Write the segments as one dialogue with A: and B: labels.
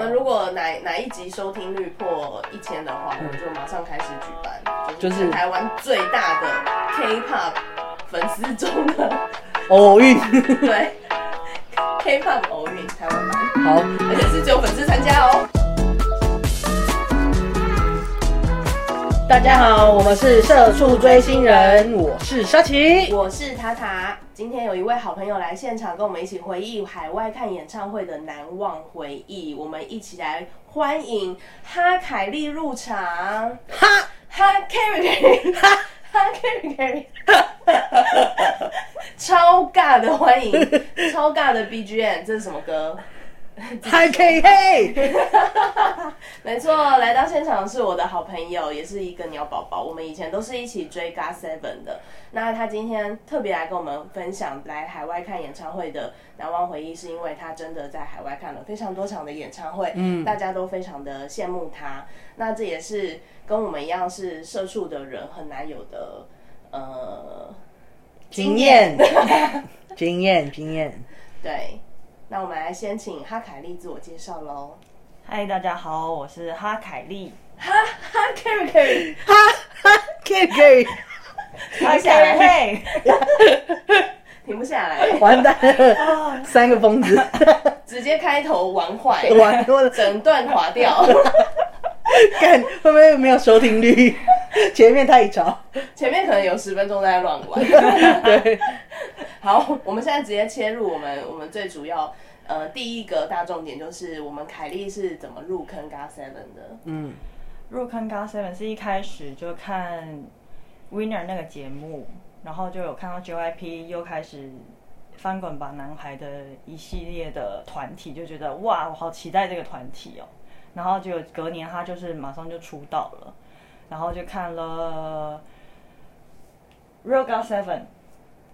A: 们如果哪哪一集收听率破一千的话，我们就马上开始举办，
B: 就是
A: 全台湾最大的 K-pop 粉丝中的
B: 偶遇，
A: 对 K-pop 偶运台湾版，
B: 好，
A: 而且是只有粉丝参加哦。
B: 大家好，我们是社畜追星人，我是沙琪。
A: 我是塔塔，今天有一位好朋友来现场，跟我们一起回忆海外看演唱会的难忘回忆。我们一起来欢迎哈凯利入场，
B: 哈，
A: 哈 Carry Carry，哈哈 Carry Carry，超尬的欢迎，超尬的 BGM，这是什么歌？
B: 嗨 K 嘿，
A: 没错，来到现场是我的好朋友，也是一个鸟宝宝。我们以前都是一起追 GOT Seven 的。那他今天特别来跟我们分享来海外看演唱会的难忘回忆，是因为他真的在海外看了非常多场的演唱会，嗯，大家都非常的羡慕他。那这也是跟我们一样是社畜的人很难有的，呃，
B: 经 验，经验，经验。
A: 对。那我们来先请哈凯利自我介绍喽。
C: 嗨，大家好，我是哈凯丽。
A: 哈哈，Carry Carry，
B: 哈哈 K K，
C: 哈
A: 下来
C: 凯丽，
A: 停不下来，
B: 完蛋了，三个 疯子，
A: 直接开头玩坏，
B: 完了，
A: 整段划 掉，
B: 看会不会没有收听 率？前面太吵，
A: 前面可能有十分钟在乱玩。
B: 对，
A: 好，我们现在直接切入我们我们最主要呃第一个大重点就是我们凯莉是怎么入坑 GOT7 的。
B: 嗯，
C: 入坑 God Seven 是一开始就看 Winner 那个节目，然后就有看到 JYP 又开始翻滚吧男孩的一系列的团体，就觉得哇，我好期待这个团体哦。然后就隔年他就是马上就出道了，然后就看了 Real God Seven，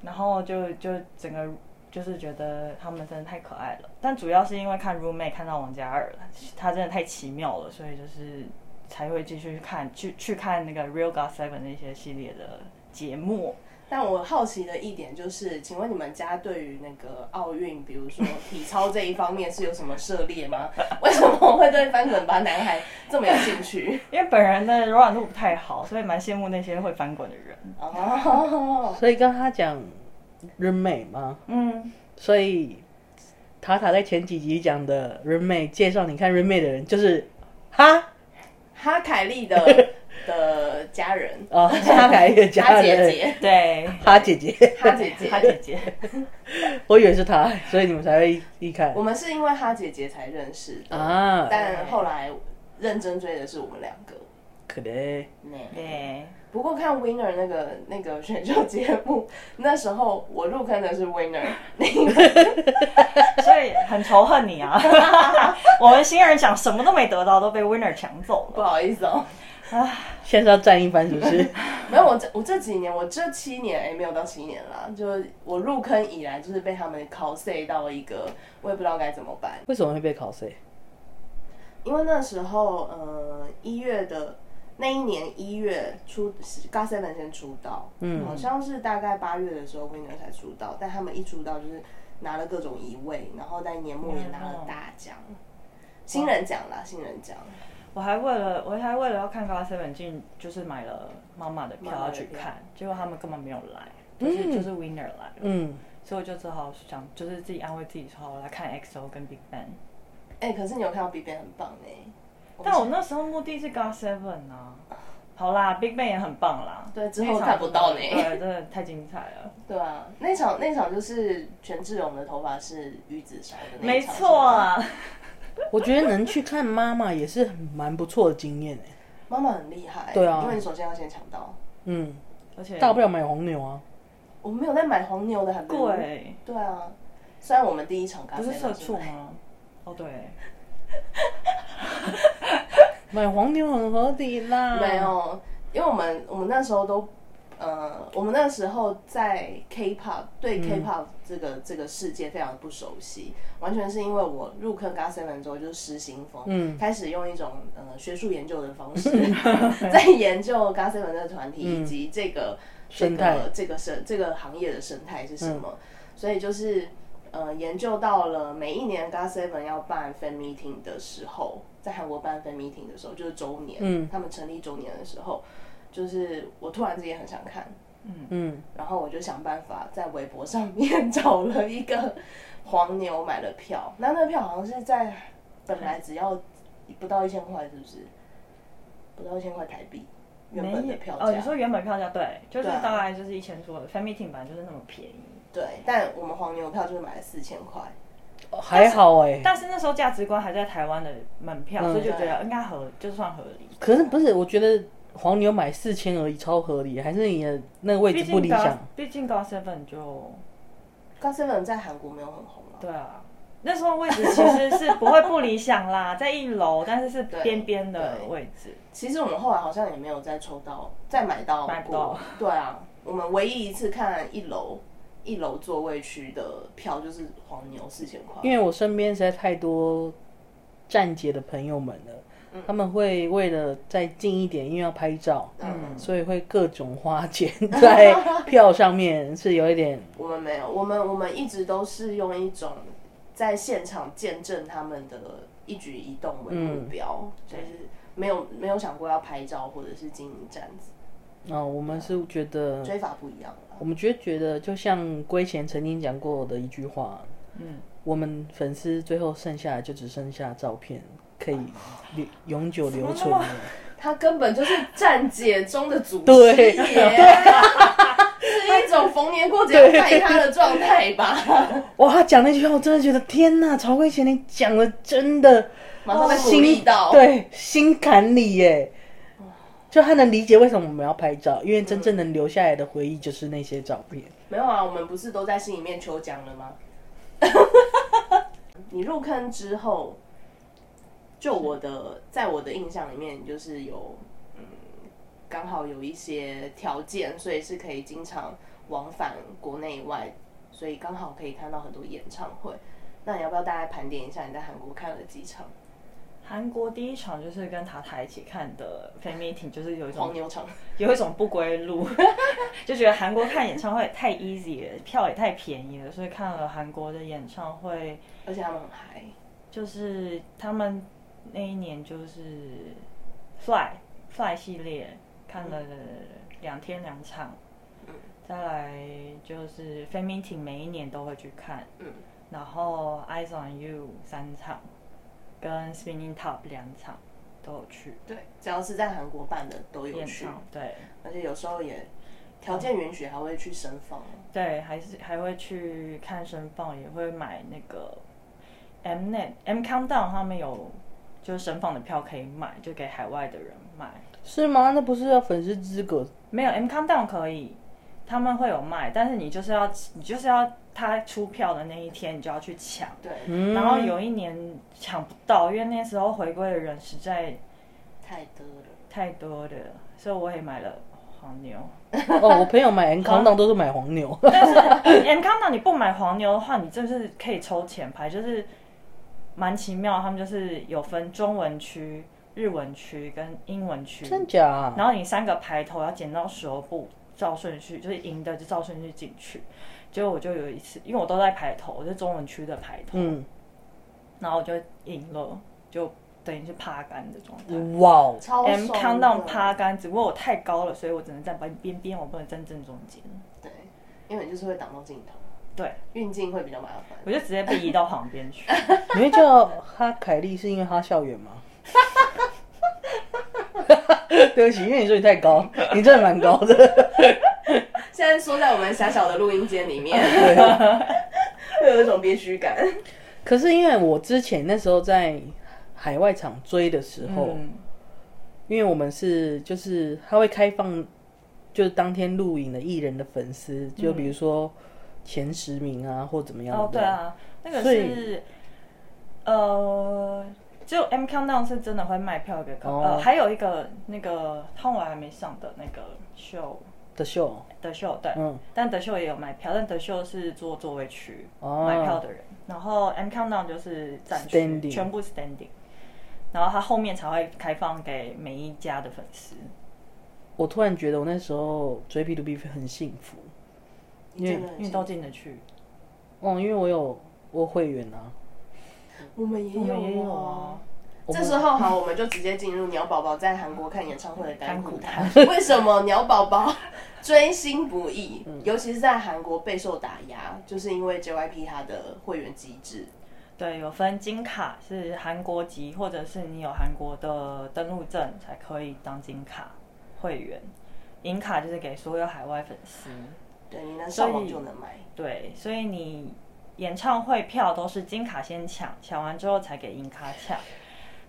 C: 然后就就整个就是觉得他们真的太可爱了，但主要是因为看 roommate 看到王嘉尔了，他真的太奇妙了，所以就是才会继续看去去看那个 Real God Seven 那些系列的节目。
A: 但我好奇的一点就是，请问你们家对于那个奥运，比如说体操这一方面是有什么涉猎吗？为什么会对翻滚吧男孩这么有兴 趣？
C: 因为本人的柔软度不太好，所以蛮羡慕那些会翻滚的人。
A: 哦，
B: 所以跟他讲，roommate 吗？
C: 嗯，
B: 所以塔塔在前几集讲的 roommate 介绍你看 roommate 的人就是哈
A: 哈凯莉的的家人，
B: 哦，是哈凯一个
A: 哈
B: 家
A: 姐
B: 人，
A: 姐，
C: 对，
B: 哈姐姐，
A: 哈姐姐，
C: 哈姐姐，
B: 我以为是他，所以你们才会一看
A: 我们是因为哈姐姐才认识的，
B: 啊，
A: 但后来认真追的是我们两个。
B: 可能
C: 对，
A: 不过看 Winner 那个那个选秀节目，那时候我入坑的是 Winner，你
C: 所以很仇恨你啊！ 我们新人奖什么都没得到，都被 Winner 抢走了。
A: 不好意思哦。
B: 现在是要站一番是不 是？
A: 没有，我这我这几年，我这七年哎、没有到七年啦，就是我入坑以来，就是被他们 cos 到一个我也不知道该怎么办。
B: 为什么会被考谁？
A: 因为那时候，呃，一月的那一年一月出 GOT7 先出道，嗯，好像是大概八月的时候 Winner 才出道，但他们一出道就是拿了各种一位，然后在年末也拿了大奖，新人奖啦，新人奖，
C: 我还为了我还为了要看《Glass Seven》进，就是买了妈妈的票
A: 妈妈
C: 要
A: 的
C: 去
A: 票嗯
C: 看，结果他们根本没有来，就是、就是 Winner 来了，
B: 嗯，
C: 所以我就只好想，就是自己安慰自己说，好我来看 XO 跟 Big Bang。
A: 哎、可是你有看到 BigBang 很棒哎、
C: 但我那时候目的是《Glass Seven》啊，好啦，Big Bang 也很棒啦，
A: 对之后
C: 那场
A: 看不到呢
C: 对，真的太精彩了。
A: 对啊，那场那场就是权志龙的头发是鱼子烧的 那
C: 没
A: 一场，
C: 错啊，
B: 我觉得能去看妈妈也是蛮不错的经验哎、
A: 是吧，妈妈很厉害，
B: 对啊
A: 因为你首先要先抢到，
B: 嗯，
C: 而且
B: 大不了买黄牛啊，
A: 我们没有在买黄牛的，很多
C: 贵，
A: 对啊，虽然我们第一场 GOT7
C: 不是社
A: 买
C: 畜吗？哦，对，
B: 买黄牛很合理啦。
A: 没，有，因为我们我们那时候都，呃，我们那时候在 K-pop
C: 嗯
A: 对 K-pop 这个、这个世界非常不熟悉，完全是因为我入坑 GOT7 之后就是失心疯，
B: 嗯
A: 开始用一种呃学术研究的方 式，在研究 GOT7 这个团体以及这个、这
B: 嗯生态嗯
A: 个这个生这个行业的生态是什么，所以就是。呃研究到了每一年 GOT Seven 要办 fan meeting 的时候，在韩国办 fan meeting 的时候，就是周年，
B: 嗯
A: 他们成立周年的时候，就是我突然之间很想看，
B: 嗯，
A: 然后我就想办法在微博上面 找了一个黄牛买了票，那那票好像是在本来只要不到一千块，是不是？不到一千块台币，原本的票价。
C: 哦，你说原本票价对，就是
A: 对啊
C: 大概就是一千出的 fan meeting 版就是那么便宜，
A: 对，但我们黄牛票就是买了四千块，
B: 还好哎、
C: 但是那时候价值观还在台湾的门票，
B: 嗯
C: 所以就觉得应该合，就算合理。
B: 可是不是？我觉得黄牛买四千而已，超合理，还是你的那个位
C: 毕
B: 置
C: 竟
B: 不理
C: Gas-
B: 想。
C: 毕竟 God Seven 就
A: g o s e v e n 在韩国没有很红啊。
C: 对啊，那时候位置其实是不会不理 想啦，在一楼，但是是
A: 对
C: 边边的
A: 对
C: 位置。
A: 其实我们后来好像也没有再抽到，再买到
C: 买不到
A: 过。对啊，我们唯一一次看一楼一楼座位区的票就是黄牛四千块。
B: 因为我身边实在太多站姐的朋友们了，他们会为了再近一点，因为要拍照，
A: 嗯
B: 所以会各种花钱在票上面，是有一点
A: 我们没有，我们我们一直都是用一种在现场见证他们的一举一动为目标，就是没有没有想过要拍照或者是经营站子，
B: 啊、我们是觉得
A: 追法不一样啦。
B: 我们觉得觉得，就像龟贤曾经讲过的一句话，嗯，我们粉丝最后剩下的就只剩下照片，可以留永久留存了。
A: 他根本就是站姐中的祖师
B: 对
A: 爷， 是一种逢年过节拜他的状态 吧。
B: 哇，他讲那句话，我真的觉得天哪，曹圭贤你讲的真的
A: 马上被鼓励
B: 心
A: 到，，
B: 对心坎里耶。就他能理解为什么我们要拍照，因为真正能留下来的回忆就是那些照片。
A: 没有啊，我们不是都在心里面求奖了吗？ 你入坑之后，就我的在我的印象里面，你就是有嗯，刚好有一些条件，所以是可以经常往返国内外，所以刚好可以看到很多演唱会。那你要不要大概盘点一下你在韩国看了几场
C: 韩国第一场就是跟塔塔一起看的 fan meeting，就是有一
A: 黄
C: 种
A: 牛场？
C: 有一种不归路， 就觉得韩国看演唱会太 easy 了，票也太便宜了，所以看了韩国的演唱会，
A: 而且他们很嗨，
C: 就是他们那一年就是 Fly Fly 系列看了两天两场，
A: 嗯
C: 再来就是 Fan Meeting 每一年都会去看，
A: 嗯
C: 然后 Eyes on You 三场，跟 Spinning Top 两场都有去
A: 对，只要是在韩国办的都有
C: 演
A: 去，
C: 唱，对
A: 而且有时候也条件允许还会去深放。
C: 对，还是还会去看声放，也会买那个 Mnet M Countdown 他们有就是声放的票可以买，就给海外的人买。
B: 是吗？那不是要粉丝资格
C: 没有 M Countdown 可以，他们会有卖，但是你就是要你就是要他出票的那一天，你就要去抢。
A: 对，
B: 嗯
C: 然后有一年抢不到，因为那时候回归的人实在
A: 太多了。
C: 太多了，所以我也买了黄牛。
B: 哦？我朋友买 N 康档都是买黄 牛，
C: 但是 M Countdown 你不买黄牛的话，你真的是可以抽前排，就是蛮奇妙。他们就是有分中文区、日文区跟英文区，
B: 真假啊？
C: 然后你三个排头要剪到手部，照顺序，就是赢的就照顺序进去。结果我就有一次，因为我都在排头，我是中文区的排头，
B: 嗯，
C: 然后我就赢了，就等于是趴杆的状态。
B: 哇哦，
A: 超
C: M
A: 爽哦
C: countdown
A: 的
C: 趴杆，只不过我太高了，所以我只能站边边边，我不能站正中间。
A: 对，因为你就是会挡到镜头，
C: 对，
A: 运镜会比较麻烦。
C: 我就直接被移到旁边去。
B: 你会叫哈凯利是因为哈校园吗？ 对不起，因为你说你太高，你真的蛮高的。
A: 现在缩在我们狭小的录音间里 面，
B: 对，
A: 会有一种憋屈感。
B: 可是因为我之前那时候在海外场追的时候，
C: 嗯，
B: 因为我们是就是他会开放，就是当天录影的艺人的粉丝，就比如说前十名嗯啊，或怎么样的。
C: 哦，对啊，那个
B: 所
C: 是
B: 以
C: 呃，就 M Countdown 是真的会卖票给客，
B: 哦
C: 呃，还有一个那个汤唯还没上的那个秀
B: 的秀，
C: 德秀，对，
B: 嗯
C: 但德秀也有卖票，但德秀是坐座位区、
B: 哦
C: 买票的人，然后 M Countdown 就是站区
B: Standing
C: 全部 standing，然后他后面才会开放给每一家的粉丝。
B: 我突然觉得我那时候追 P to P 很幸福，
A: 你真的很
C: 因为
A: 幸
C: 都
A: 福
C: 进得去，
B: 哦，因为我有我会员啊，
A: 我们也
C: 我们也
A: 有
C: 有
A: 哦
C: 啊。
A: 这时候好，我们就直接进入鸟宝宝在韩国看演唱会的甘苦谈
C: 甘。
A: 为什么鸟宝宝追星不易，
C: 嗯
A: 尤其是在韩国备受打压，就是因为 JYP 它的会员机制。
C: 对，有分金卡是韩国籍，或者是你有韩国的登录证才可以当金卡会员，银卡就是给所有海外粉丝。
A: 对，你能上网就能买。
C: 对，所以你演唱会票都是金卡先抢，抢完之后才给银卡抢，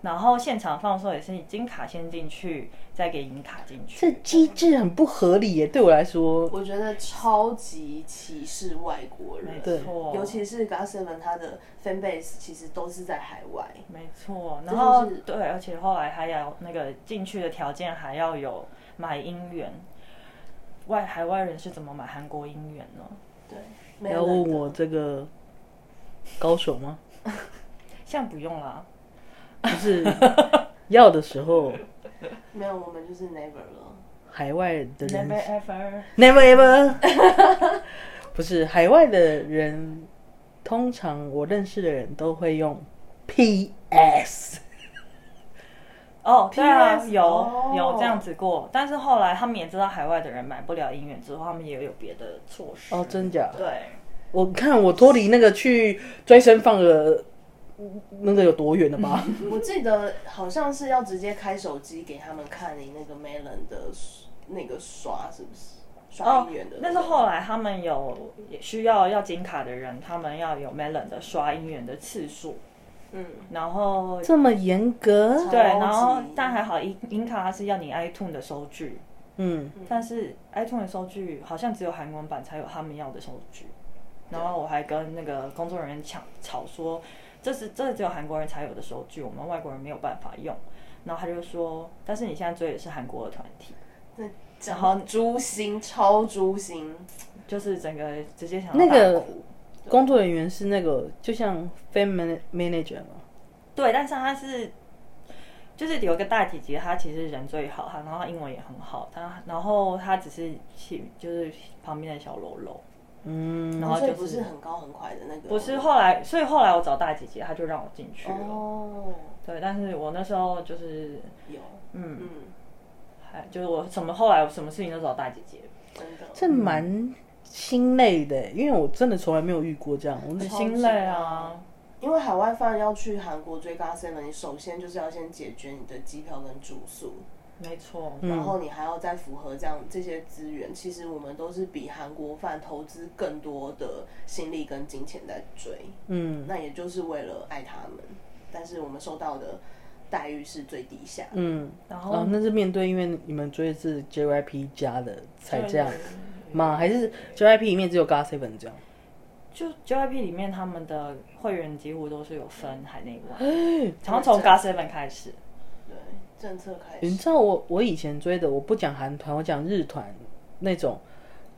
C: 然后现场放送也是金卡先进去，再给银卡进
B: 这
C: 去。
B: 机制很不合理耶，对我来说，
A: 我觉得超级歧视外国人，
C: 没错
A: 尤其是 GOT7 它的 fan base 其实都是在海外。
C: 没错，然
A: 就
C: 后
A: 是
C: 对，而且后来还要那个进去的条件还要有买音源，外海外人是怎么买韩国音源呢？
A: 对，
B: 不
A: 没
B: 要
A: 有人
B: 问
A: 的
B: 我这个高手 吗？
C: 现在不用啦，
B: 就是要的时候，
A: 没有，我们就是 never 了。
B: 海外的人
C: ever。
B: Never ever，不 是海外的人，通常我认识的人都会用 PS，
C: 哦，对啊，
A: PS
C: 有
A: 哦
C: 有这样子过，但是后来他们也知道海外的人买不了音源之后，他们也有别的措施。
B: 哦，真假？
C: 对，
B: 我看我脱离那个去追声放的那个有多远了吧？
A: 我记得好像是要直接开手机给他们看你那个 Melon 的那个刷，是不是？刷音源的、
C: 哦但是后来他们有也需要要金卡的人，他们要有 Melon 的刷音源的次数，
A: 嗯，
C: 然后
B: 这么严格？
C: 对，
A: 超级
C: 然后但还好银银卡它是要你 iTune 的收据，
B: 嗯，
C: 但是 iTune 的收据好像只有韩文版才有他们要的收据，然后我还跟那个工作人员抢吵说，这是这只有韩国人才有的收据，我们外国人没有办法用。然后他就说，但是你现在追的是韩国的团体，
A: 那
C: 然
A: 然后
C: 后
A: 诛心，超诛心，
C: 就是整个直接想要
B: 那
C: 大
B: 个
C: 哭
B: 工作人员是那个就像 fan man- manager 嘛，
C: 对，但是他是就是有一个大姐姐，她其实人最好，她然后她英文也很好，她然后她只是去就是旁边的小喽啰，
B: 嗯，
C: 然后
A: 所以
C: 就
A: 不是很高很快的那个，
C: 不是后来，所以后来我找大姐姐，她就让我进去了。
A: 哦，
C: 对，但是我那时候就是，
A: 有，
C: 嗯，
A: 嗯，
C: 还就是我什么后来我什么事情都找大姐姐，
A: 真的，
B: 这蛮心累的，因为我真的从来没有遇过这样，我
C: 很
B: 是
C: 心累啊。
A: 因为海外饭要去韩国追 GOT7，你首先就是要先解决你的机票跟住宿，
C: 没错，
B: 嗯
A: 然后你还要再符合这样这些资源，其实我们都是比韩国饭投资更多的心力跟金钱在追，
B: 嗯。
A: 那也就是为了爱他们，但是我们收到的待遇是最低下。
B: 嗯，
C: 然后
B: 哦，那是面对，因为你们追的是 JYP 加的才这样吗？还是 JYP 里面只有 GOT7 这样？
C: 就 JYP 里面他们的会员几乎都是有分海内 外，然后从 GOT7 开始，
A: 对，政策开
B: 你
A: 始，
B: 知道我我以前追的，我不讲韩团，我讲日团那种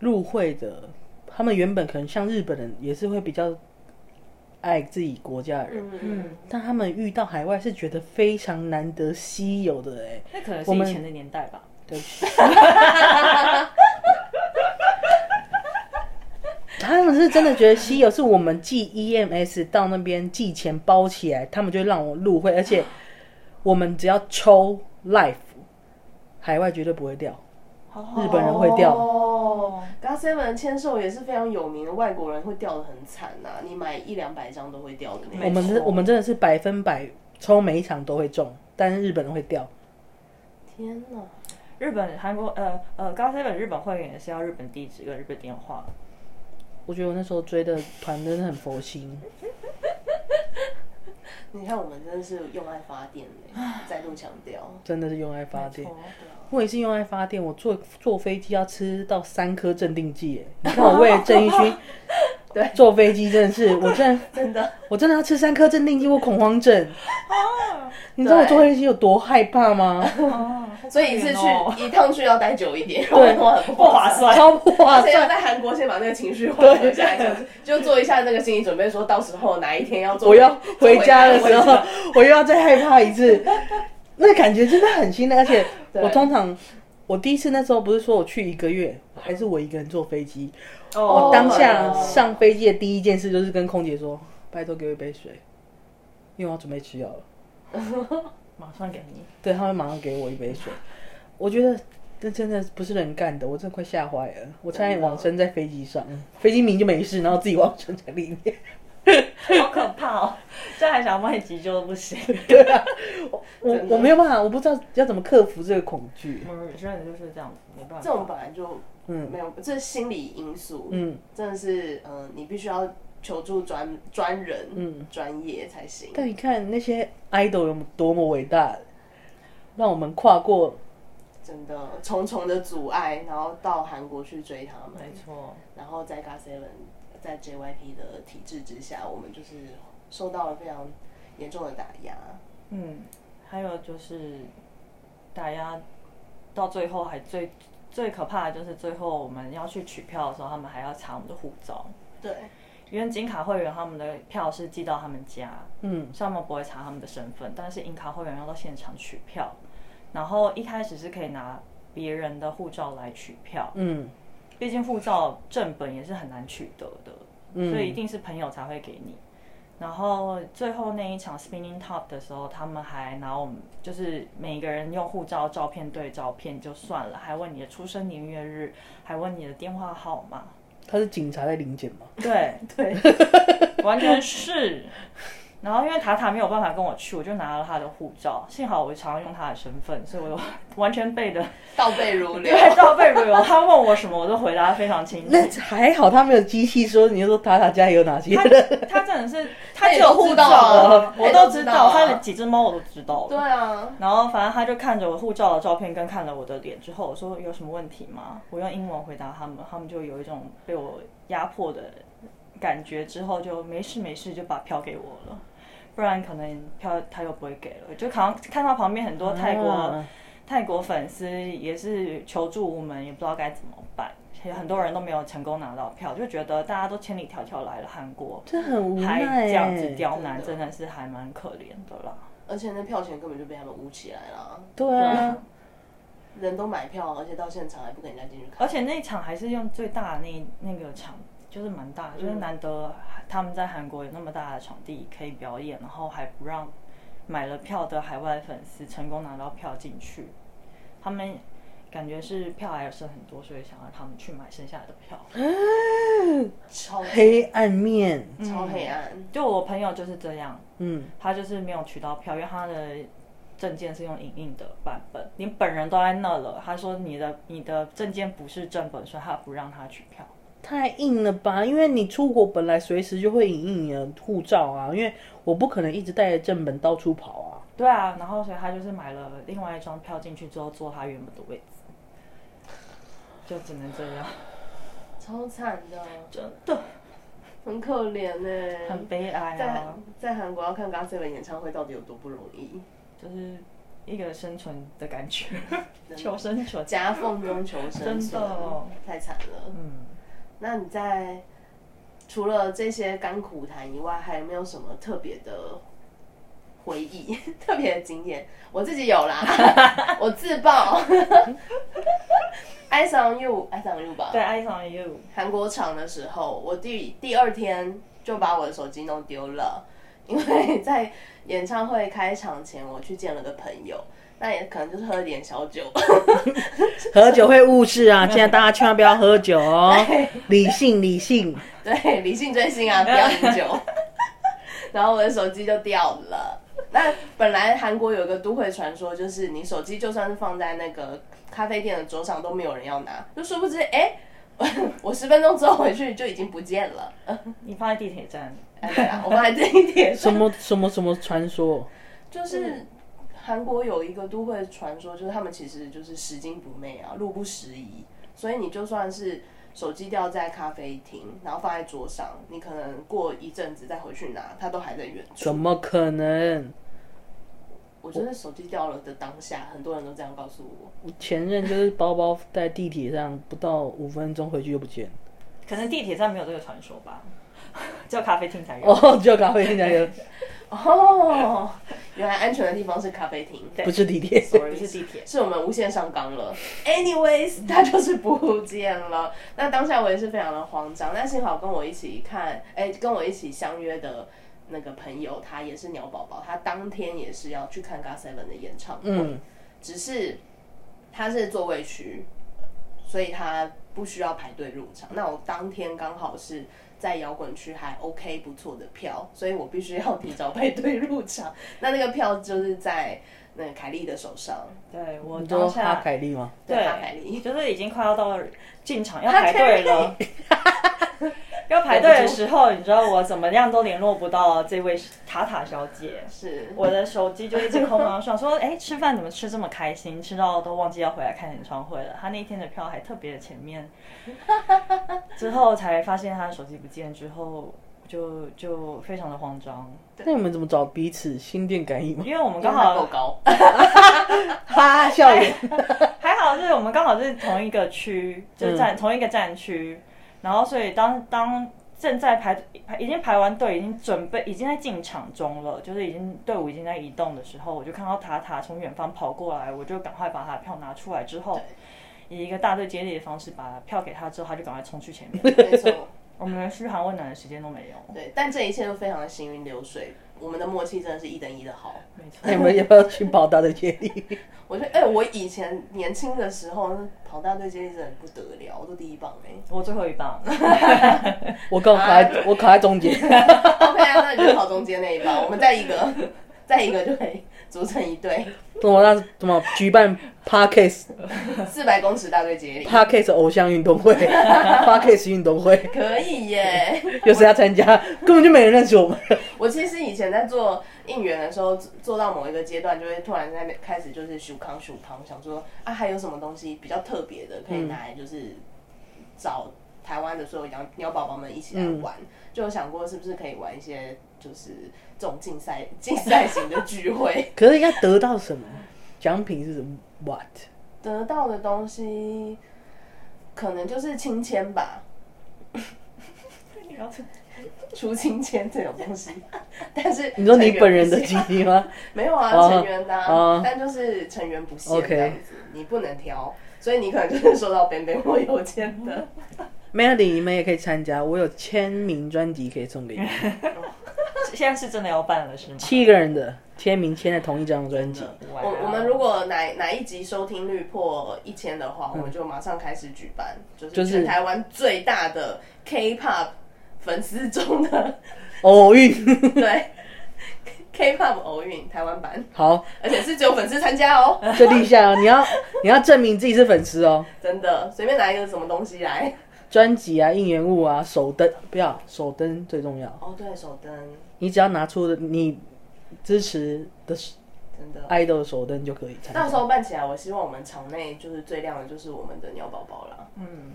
B: 入会的，他们原本可能像日本人也是会比较爱自己国家的人，
A: 嗯嗯，
B: 但他们遇到海外是觉得非常难得稀有的哎、
C: 那可能是
B: 我
C: 以
B: 们
C: 前的年代吧。
B: 对不起。他们是真的觉得稀有，是我们寄 EMS 到那边寄钱包起来，他们就让我入会，而且我们只要抽 life，海外绝对不会掉。日本人会掉
A: 哦 GOT7 签售也是非常有名的，外国人会掉的很惨呐、你买一两百张都会掉的那
B: 我
A: 种。
B: 们是，我们真的是百分百抽每一场都会中，但是日本人会掉。
A: 天哪！
C: 日本、韩国，呃呃，GOT7 日本会员也是要日本地址跟日本电话。
B: 哦我觉得我那时候追的团真的很佛心，
A: 你看，我们真的是用爱发电嘞，再度强调。
B: 真的是用来发电
C: 没。错
B: 我也是用来发电，我坐坐飞机要吃到三颗镇定剂耶。你看我为了郑义勋，对，坐飞机真的是，我真的
A: 真 的，
B: 我真的要吃三颗镇定剂，我恐慌症。你知道我坐飞机有多害怕吗？
A: 所以一次
C: 哦
A: 去一趟去要待久一点，
B: 哦对
A: 不然很
C: 不划算，
B: 超不
A: 而
B: 划
A: 且要
B: 算，
A: 在韩国先把那个情绪缓和下 来，就是就做一下那个心理准备，说到时候哪一天要做。
B: 我要回家的
A: 做回
B: 时
A: 家
B: 候，我又要再害怕一次。那感觉真的很心累，而且我通常我第一次那时候不是说我去一个月，还是我一个人坐飞机。
A: 哦
B: 我当下
A: 哦
B: 上飞机的第一件事就是跟空姐说：“拜托给我一杯水，因为我要准备吃药了。
C: 马上给你。”
B: 对，他们马上给我一杯水。我觉得这真的不是人干的，我真的快吓坏了。我差点往生在飞机上，飞机明就没事，然后自己往生在里面。
C: 好可怕哦！这样还想帮你急救都不 行。
B: 我我没有办法，我不知道要怎么克服这个恐惧。
C: 嗯，有些人就是这样，没办法。
A: 这种本来就
B: 嗯
A: 没有，这是心理因素，
B: 嗯，
A: 真的是嗯、呃你必须要求助专专人，
B: 嗯
A: 专业才行。
B: 但你看那些 idol 有多么伟大，让我们跨过
A: 真的重重的阻碍，然后到韩国去追他们，
C: 没错，
A: 然后在 GOT7 在 JYP 的体制之下，我们就是受到了非常严重的打压。
C: 嗯，还有就是打压到最后还最最可怕的就是最后我们要去取票的时候，他们还要查我们的护照，
A: 对，
C: 因为金卡会员他们的票是寄到他们家，
B: 嗯
C: 所以他们不会查他们的身份，但是银卡会员要到现场取票，然后一开始是可以拿别人的护照来取票，
B: 嗯
C: 毕竟护照正本也是很难取得的，
B: 嗯
C: 所以一定是朋友才会给你。然后最后那一场 Spinning Top 的时候，他们还拿我们就是每个人用护照照片对照片就算了，还问你的出生年月日，还问你的电话 号码。
B: 他是警察在临检 吗？
C: 对对，完全是。然后因为塔塔没有办法跟我去，我就拿了他的护照。幸好我常用他的身份，所以我完全背的
A: 倒背如流。
C: 对照 背如流。他问我什么，我都回答得非常清楚。
B: 那还好，他没有机器说，你就说塔塔家里有哪些
C: 他
B: 人？
C: 他真 的是，
A: 他
C: 他
A: 也
C: 只
A: 都
C: 有
A: 知
C: 护
A: 道
C: 照
A: 啊
C: 了，
A: 他
C: 我
A: 也
C: 都
A: 都知
C: 知
A: 道
C: 道，
A: 啊
C: 他的几只猫我都知道
A: 对
C: 了。
A: 啊，
C: 然后反正他就看着我护照的照片跟看着我的脸之后，我说有什么问题吗？我用英文回答他们，他们就有一种被我压迫的感觉，之后就没事没事就把票给我了，不然可能票他又不会给了。就看看到旁边很多泰国、
A: 嗯
B: 啊
C: 泰国粉丝也是求助无门，也不知道该怎么办，其实很多人都没有成功拿到票，就觉得大家都千里迢迢来了韩国，
B: 这很无
C: 还
B: 奈
C: 这样
B: 欸
C: 子刁难，
A: 真
C: 真的是还蛮可怜的啦。
A: 而且那票钱根本就被他们捂起来了，
B: 对啊，
A: 人都买票，而且到现场还不给人家进去看。
C: 而且那一场还是用最大的那那个场，就是蛮大的，就是
A: 嗯
C: 难得他们在韩国有那么大的场地可以表演，然后还不让买了票的海外粉丝成功拿到票进去，他们。感觉是票还有剩很多，所以想让他们去买剩下的票。啊
A: 超
B: 黑暗面，
A: 超黑暗，
C: 就我朋友就是这样，
B: 嗯，
C: 他就是没有取到票，因为他的证件是用影印的版本，你本人都在那了，他说你的你的证件不是正本，所以他不让他取票。
B: 太硬了吧？因为你出国本来随时就会影印你的护照啊，因为我不可能一直带着正本到处跑 啊。
C: 对啊，然后所以他就是买了另外一张票进去之后坐他原本的位置，就只能这样，
A: 超惨的，
C: 真的
A: 很可怜呢、
C: 很悲哀
A: 在
C: 啊，
A: 在韩国要看 GOT7 演唱会到底有多不容易，
C: 就是一个生存的感觉，求生存。
A: 夹缝中求生存，
C: 真的哦
A: 太惨了。
C: 嗯，
A: 那你在除了这些甘苦谈以外，还有没有什么特别的回忆、 特别的经验？我自己有 啦，我自爆。 爱上 you，爱上 you 吧。
C: 对，爱上 you，
A: 韩国场的时候，我第第二天就把我的手机弄丢了，因为在演唱会开场前，我去见了个朋友，那也可能就是喝了点小酒，
B: 喝酒会误事啊，现在大家千万不要喝酒哦，理性理性。
A: 对，理性追 星啊，不要饮酒。然后我的手机就掉了。那本来韩国有一个都会传说，就是你手机就算是放在那个咖啡店的桌上，都没有人要拿，就殊不知，哎、我十分钟之后回去就已经不见了。
C: 你放在地铁站，
A: 哎对啊，我放在这一点
B: 什么什么什么传说？
A: 就是韩国有一个都会传说，就是他们其实就是拾金不昧啊，路不拾遗，所以你就算是手机掉在咖啡厅，然后放在桌上，你可能过一阵子再回去拿，它都还在原
B: 怎
A: 处。
B: 么可能？
A: 我觉得手机掉了的当下，很多人都这样告诉我。
B: 我前任就是包包在地铁上不到五分钟回去就不见了。
C: 可能地铁站没有这个传
B: 哦
C: 说吧，只有咖啡厅才有。
B: 哦，就咖啡厅那个，
A: 哦，原来安全的地方是咖啡厅，
B: 不是地 铁。
C: 不是地铁。
A: 是我们无限上纲了。Anyways，它 就是不见了。那当下我也是非常的慌张，但幸好跟我一起看，哎、跟我一起相约的那个朋友，他也是鸟宝宝，他当天也是要去看 g a Seven 的演唱会，
B: 嗯
A: 只是他是座位区，所以他不需要排队入场。那我当天刚好是。在摇滚区还 OK 不错的票，所以我必须要提早排队入场。那那个票就是在那个凯莉的手上，
C: 对我
B: 你说
C: 当
B: 哈
C: 下
B: 凯利吗？
A: 对
C: 对
A: 哈凯莉。
C: 就是已经快要到进场要排队了。 要排队的时候，你知道我怎么样都联络不到这位塔塔小姐，
A: 是
C: 我的手机就一直 空荡，想说，哎、吃饭怎么吃这么开心？吃到都忘记要回来看演唱会了。他那一天的票还特别的前面，之后才发现他的手机不见，之后就就非常的慌张，
B: 那你们怎么找彼此心电感应吗？
C: 因为我们
A: 刚
C: 刚
A: 好够
C: 好
A: 高，
B: 哈，笑脸。
C: 还好是我们刚好是同一个区，就是
B: 嗯
C: 站、同一个战区，然后所以当当正在排排已经排完队，已经准备已经在进场中了，就是已经队伍已经在移动的时候，我就看到塔塔从远方跑过来，我就赶快把他的票拿出来之后，以一个大队接力的方式把票给他之后，他就赶快冲去前面，
A: 没错，
C: 我们连嘘寒问暖的时间都没有。
A: 对。但这一切都非常的行云流水，我们的默契真的是一等一的好。
C: 没错
B: 那， 你们要不要去跑大的接力？
A: 我觉得，哎、我以前年轻的时候那跑大队接力真的不得了，我都第一棒哎、
C: 我最后 一棒，
B: 我刚好卡在，我卡在中间。
A: OK 啊，那你就跑中间那一 棒，我们再一个，再一个就可以组成一队
B: 怎么让怎么举办 Parkes
A: 四百公尺大队接 力，
B: Parkes 偶像运动会 Parkes 运动会，
A: 可以耶。
B: 有谁要参加？根本就没人认识我们。
A: 我其实以前在做应援的时候，做做到某一个阶段，就会突然在那开始就是数康数康，想说啊，还有什么东西比较特别的可
B: 嗯
A: 以拿来就是找台湾的所有鸟鸟宝宝们一起来
B: 嗯
A: 玩，就有想过是不是可以玩一些就是这种竞赛竞赛型的聚会，
B: 可是要得到什么奖品是什么？What？
A: 得到的东西可能就是亲签吧，出亲签这种东西， 但是
B: 你说你本人的
A: 成员不
B: 经历吗？
A: 没有
B: 哦
A: 啊，成员的、啊
B: 哦
A: 但就是成员不限
B: OK
A: 这样子你不能挑，所以你可能就是收到边边或邮件的。
B: 嗯 Melody，你们也可以参加，我有签名专辑可以送给你们，
C: 现在是真的要办了是吗？
B: 七个人的签名签在同一张专辑。
C: 哇
A: 我我们如果哪哪一集收听率破一千的话，我们就马上开始举办，
B: 就
A: 就是是全台湾最大的 K-pop 粉丝中 的
B: 偶哦运，
A: 对 K-pop 偶运台湾版，
B: 好，
A: 而且是只有粉丝参加哦，
B: 这立下哦，你要你要证明自己是粉丝哦。
A: 真的，随便拿一个什么东西来。
B: 专辑啊、应援物啊、手灯，不要手灯最重要。
A: 哦，对手灯，
B: 你只要拿出你支持的
A: 真的。
B: idol 手灯就可以参
A: 到时
B: 加。
A: 候办起来，我希望我们场内就是最亮的，就是我们的鸟宝宝啦。
C: 嗯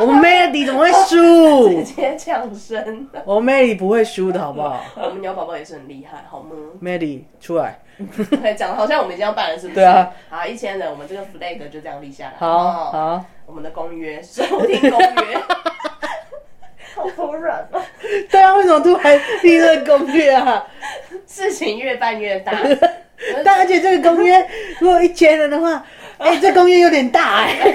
B: 我们 Melody 怎么会输
A: 直？接呛声。
B: 我们 Melody 不会输的好不好
A: 我们鸟宝宝也是很厉害，好 吗？
B: ？Melody 出来，
A: 对，讲的好像我们已经要办了，是不是？
B: 对啊。
A: 好，一千人，我们这个 flag 就这样立下来。
B: 好
A: 哦，
B: 好，
A: 我们的公约，收听公 约。好头软啊！
B: 对啊，为什么突然立这个攻略啊？
A: 事情越办越 大，
B: 但而且这个公约如果一千人的话，哎、这公约有点大哎、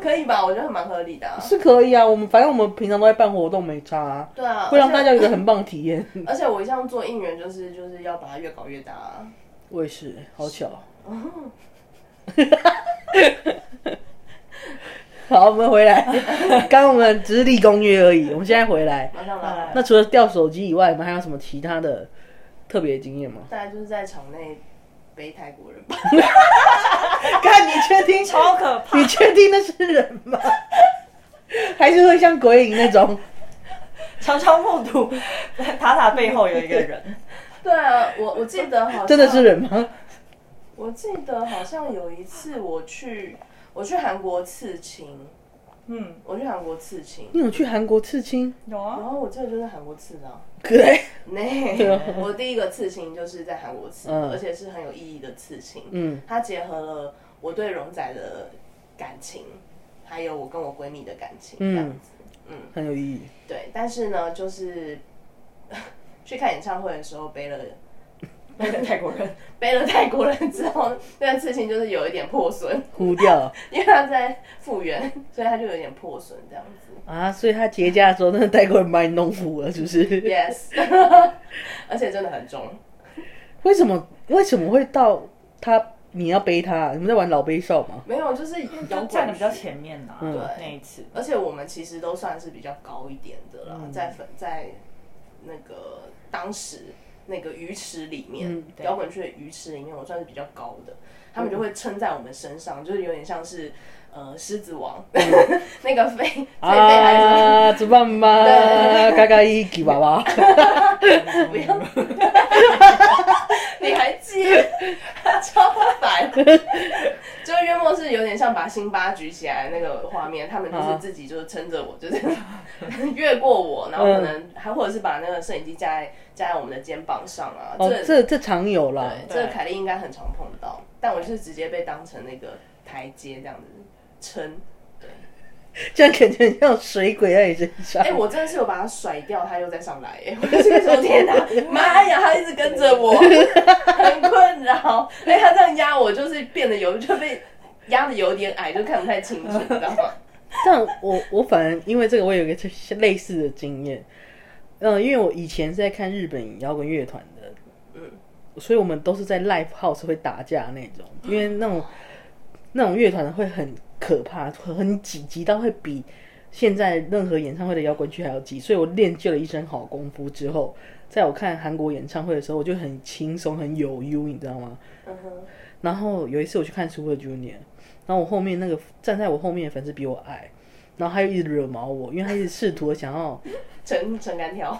A: 可以吧？我觉得蛮合理的、啊。
B: 是可以啊。我们反正我们平常都在办活动，没差、啊，
A: 对啊，
B: 会让
A: 而且
B: 大家有一个很棒的体验。
A: 而且我一向做应援，就是就是要把它越搞越大、啊。
B: 我也是，好巧。哦好，我们回来。刚刚我们只是立公约而已，我们现在回来。
A: 马上
C: 好
A: 来
C: 啦，
B: 那除了掉手机以外，我们还有什么其他的特别经验吗？
A: 大概就是在场内背泰国人吧。
B: 看你确定？
C: 超可怕，
B: 你确定那是人吗？还是会像鬼影那种？
C: 常常目睹塔塔背后有一个人。
A: 对啊，我我记得好像
B: 真的是人吗？
A: 我记得好像有一次我去我去韩国刺青，
C: 嗯，
A: 我去韩国刺青，
B: 你有去韩国刺青？
C: 有啊
A: 然，后我真的就在韩国刺的啊、
B: 对，
A: 那
B: 对啊
A: 我第一个刺青就是在韩国刺的，
B: 嗯
A: 而且是很有意义的刺青。
B: 嗯，
A: 它结合了我对荣仔的感情，还有我跟我闺蜜
B: 嗯
A: 的感情，这样子。
B: 很有意义。
A: 对，但是呢，就是。 去看演唱会的时候背了。背了泰国人，背了泰国人之后，那个刺青就是有一点破损，
B: 糊掉了
A: 因为他在复原，所以他就有点破损这样子。
B: 啊！所以他结痂的时候，那个代购人把你弄糊了，是不是？
A: Yes，而 且真的很重。
B: 为什么为什么会到他你要背他？你们在玩老背少吗？
A: 没有，就是摇
C: 就
A: 滚
C: 站的比较
A: 区
C: 前面呐、
B: 嗯
C: 那一次。
A: 而且我们其实都算是比较高一点的啦，
B: 嗯
A: 在粉在那个当时那个鱼池里面
B: 嗯，
C: 对嗯
A: 摇滚区的鱼池里面，我算是比较高的。他们就会撑在我们身上，就是有点像是呃狮子王、
C: 嗯
A: 那个飞飞飞还是什么
B: 啊，怎么嘛？嘎嘎一吉娃娃，
A: 不要， 你还接，超 烦。就月末是有点像把辛巴举起来的那个画面，他们就是自己就是撑着我，就是越过我，然后可能还或者是把那个摄影机架在架在我们的肩膀上啊。
B: 哦，
A: 这
B: 这这常有啦。
A: 对这个凯莉应该很常碰到，但我就是直接被当成那个台阶这样子撑。
B: 这样感觉很像水鬼在你身上。
A: 哎、我真的是有把它甩掉，它又再上来、哎，我这个时候天哪，妈呀，它一直跟着我，很困扰。哎、它这样压我，就是变得有就被压的有点矮，就看不太清楚，你知道吗？
B: 但我我反而因为这个，我有一个类似的经验。嗯，因为我以前是在看日本摇滚乐团的，嗯，所以我们都是在 live house 会打架那种，因为那种那种乐团会很可怕，很挤，挤到会比现在任何演唱会的摇滚区还要挤。所以我练就了一身好功夫之后，在我看韩国演唱会的时候，我就很轻松，很有 U，你知道吗？
A: 嗯哼，
B: 然后有一次我去看 Super Junior，然后我后面那个站在我后面的粉丝比我矮，然后他又一直惹毛我，因为他一直试图想要
A: 撑撑杆跳，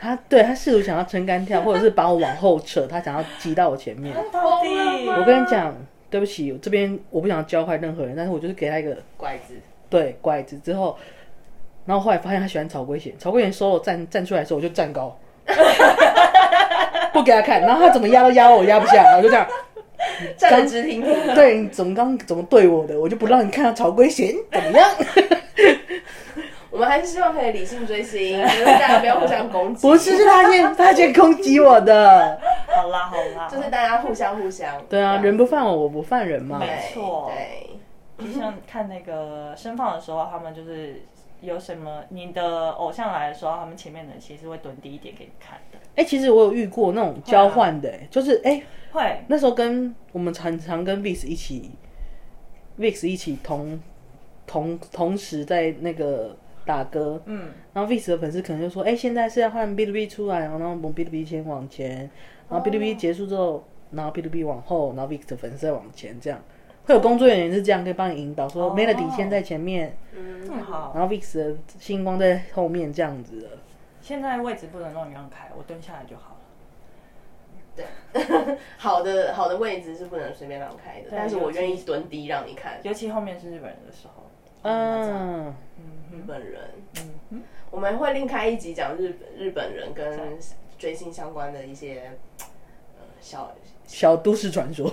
B: 他对他试图想要撑杆跳，或者是把我往后扯，他想要挤到我前面。
C: 到
A: 疯
C: 底
A: 了吗
B: 我跟你讲，对不起，我这边我不想教坏任何人，但是我就是给他一个
A: 拐子，
B: 对拐子之后，然后后来发现他喜欢曹圭贤，曹圭贤 solo 站站出来的时候，我就站高，不给他看，然后他怎么压都压我，压不下来，我就这样。
A: 站得直挺挺。
B: 对，你怎么刚怎么对我的，我就不让你看到曹圭贤怎么样？
A: 我们还是希望可以理性追星，就是大家不要互相攻击，
B: 不是，是他先他先攻击我的。
C: 好啦好啦，
A: 就是大家互相互相。
B: 对啊，
A: 这样
B: 人不犯我，我不犯人嘛
A: 对。
C: 没错
A: 对，
C: 就像看那个生放的时候，他们就是有什么你的偶像来的时候，他们前面的人其实会蹲低一点给你看的。
B: 哎、其实我有遇过那种交换的、哎就是哎、
C: 会，
B: 那时候跟我们常常跟 Vix 一起，Vix 一起同同同时在那个打歌，
C: 嗯，
B: 然后 Vix 的粉丝可能就说，哎、现在是要换 B to B 出来哦，然后我们 B to B 先往前，然后 B to B 结束之后，然后 B to B 往后，然后 Vix 的粉丝再往前，这样会有工作人员是这样可以帮你引导，说
C: 哦
B: Melody 先在前面，
A: 嗯
C: 这么好。
B: 然后 Vix 的星光在后面这样子的。
C: 现在位置不能让你让开，我蹲下来就好了。
A: 好的好的位置是不能随便让开的，
C: 对
A: 但是我
C: 尤其
A: 愿意蹲低让你看。
C: 尤其后面是日本人的时候，
B: 嗯，
A: 日本人，
C: 嗯哼，
A: 我们会另开一集讲日本日本人跟
B: 啊
A: 追星相关的一些呃小，
B: 小都市传说，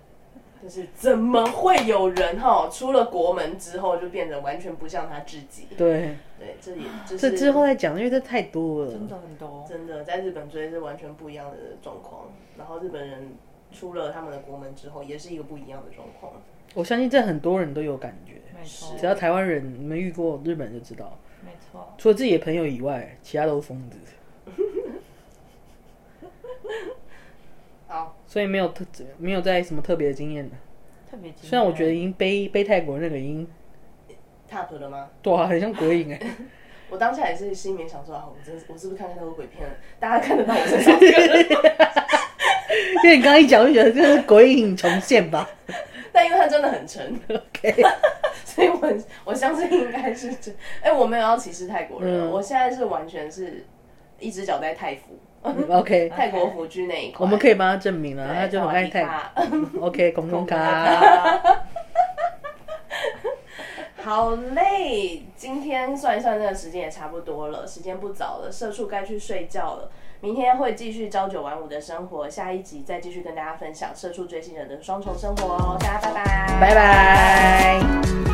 A: 就是怎么会有人哈出了国门之后就变得完全不像他自己？
B: 对，
A: 对，这也就是
B: 这之后再讲，因为这太多了。
C: 真的很多。
A: 真的在日本追是完全不一样的状况，然后日本人出了他们的国门之后也是一个不一样的状况。
B: 我相信这很多人都有感觉，
C: 没错，
B: 只要台湾人你们遇过日本人就知道，
C: 没错。
B: 除了自己的朋友以外，其他都是疯子，
A: 好，
B: 所以没有特没有在什么特别的经验的。
C: 特别惊讶
B: 虽然我觉得已经背背泰国那个已经
A: 踏普了吗？
B: 对啊，很像鬼影哎、
A: 我当下也是心里面想说啊，我真是我是不是看太多鬼片了？大家看得到我身上这 个人，
B: 因为你刚刚一讲，我就觉得这是鬼影重现吧。
A: 但因为它真的很沉，
B: OK，
A: 所以我我相信应该是这。哎、我没有要歧视泰国人，
B: 嗯
A: 我现在是完全是一只脚在泰服、
B: 嗯 OK，
A: 泰国服居那一块。
B: 我们可以帮他证明
A: 对
B: 了，他就很爱泰国。
A: 萨瓦迪卡
B: OK，公公咖。
C: 啊
A: 好嘞，今天算一算，这个时间也差不多了，时间不早了，社畜该去睡觉了。明天会继续朝九晚五的生活，下一集再继续跟大家分享社畜追星人的双重生活哦。大家拜拜，
B: 拜拜。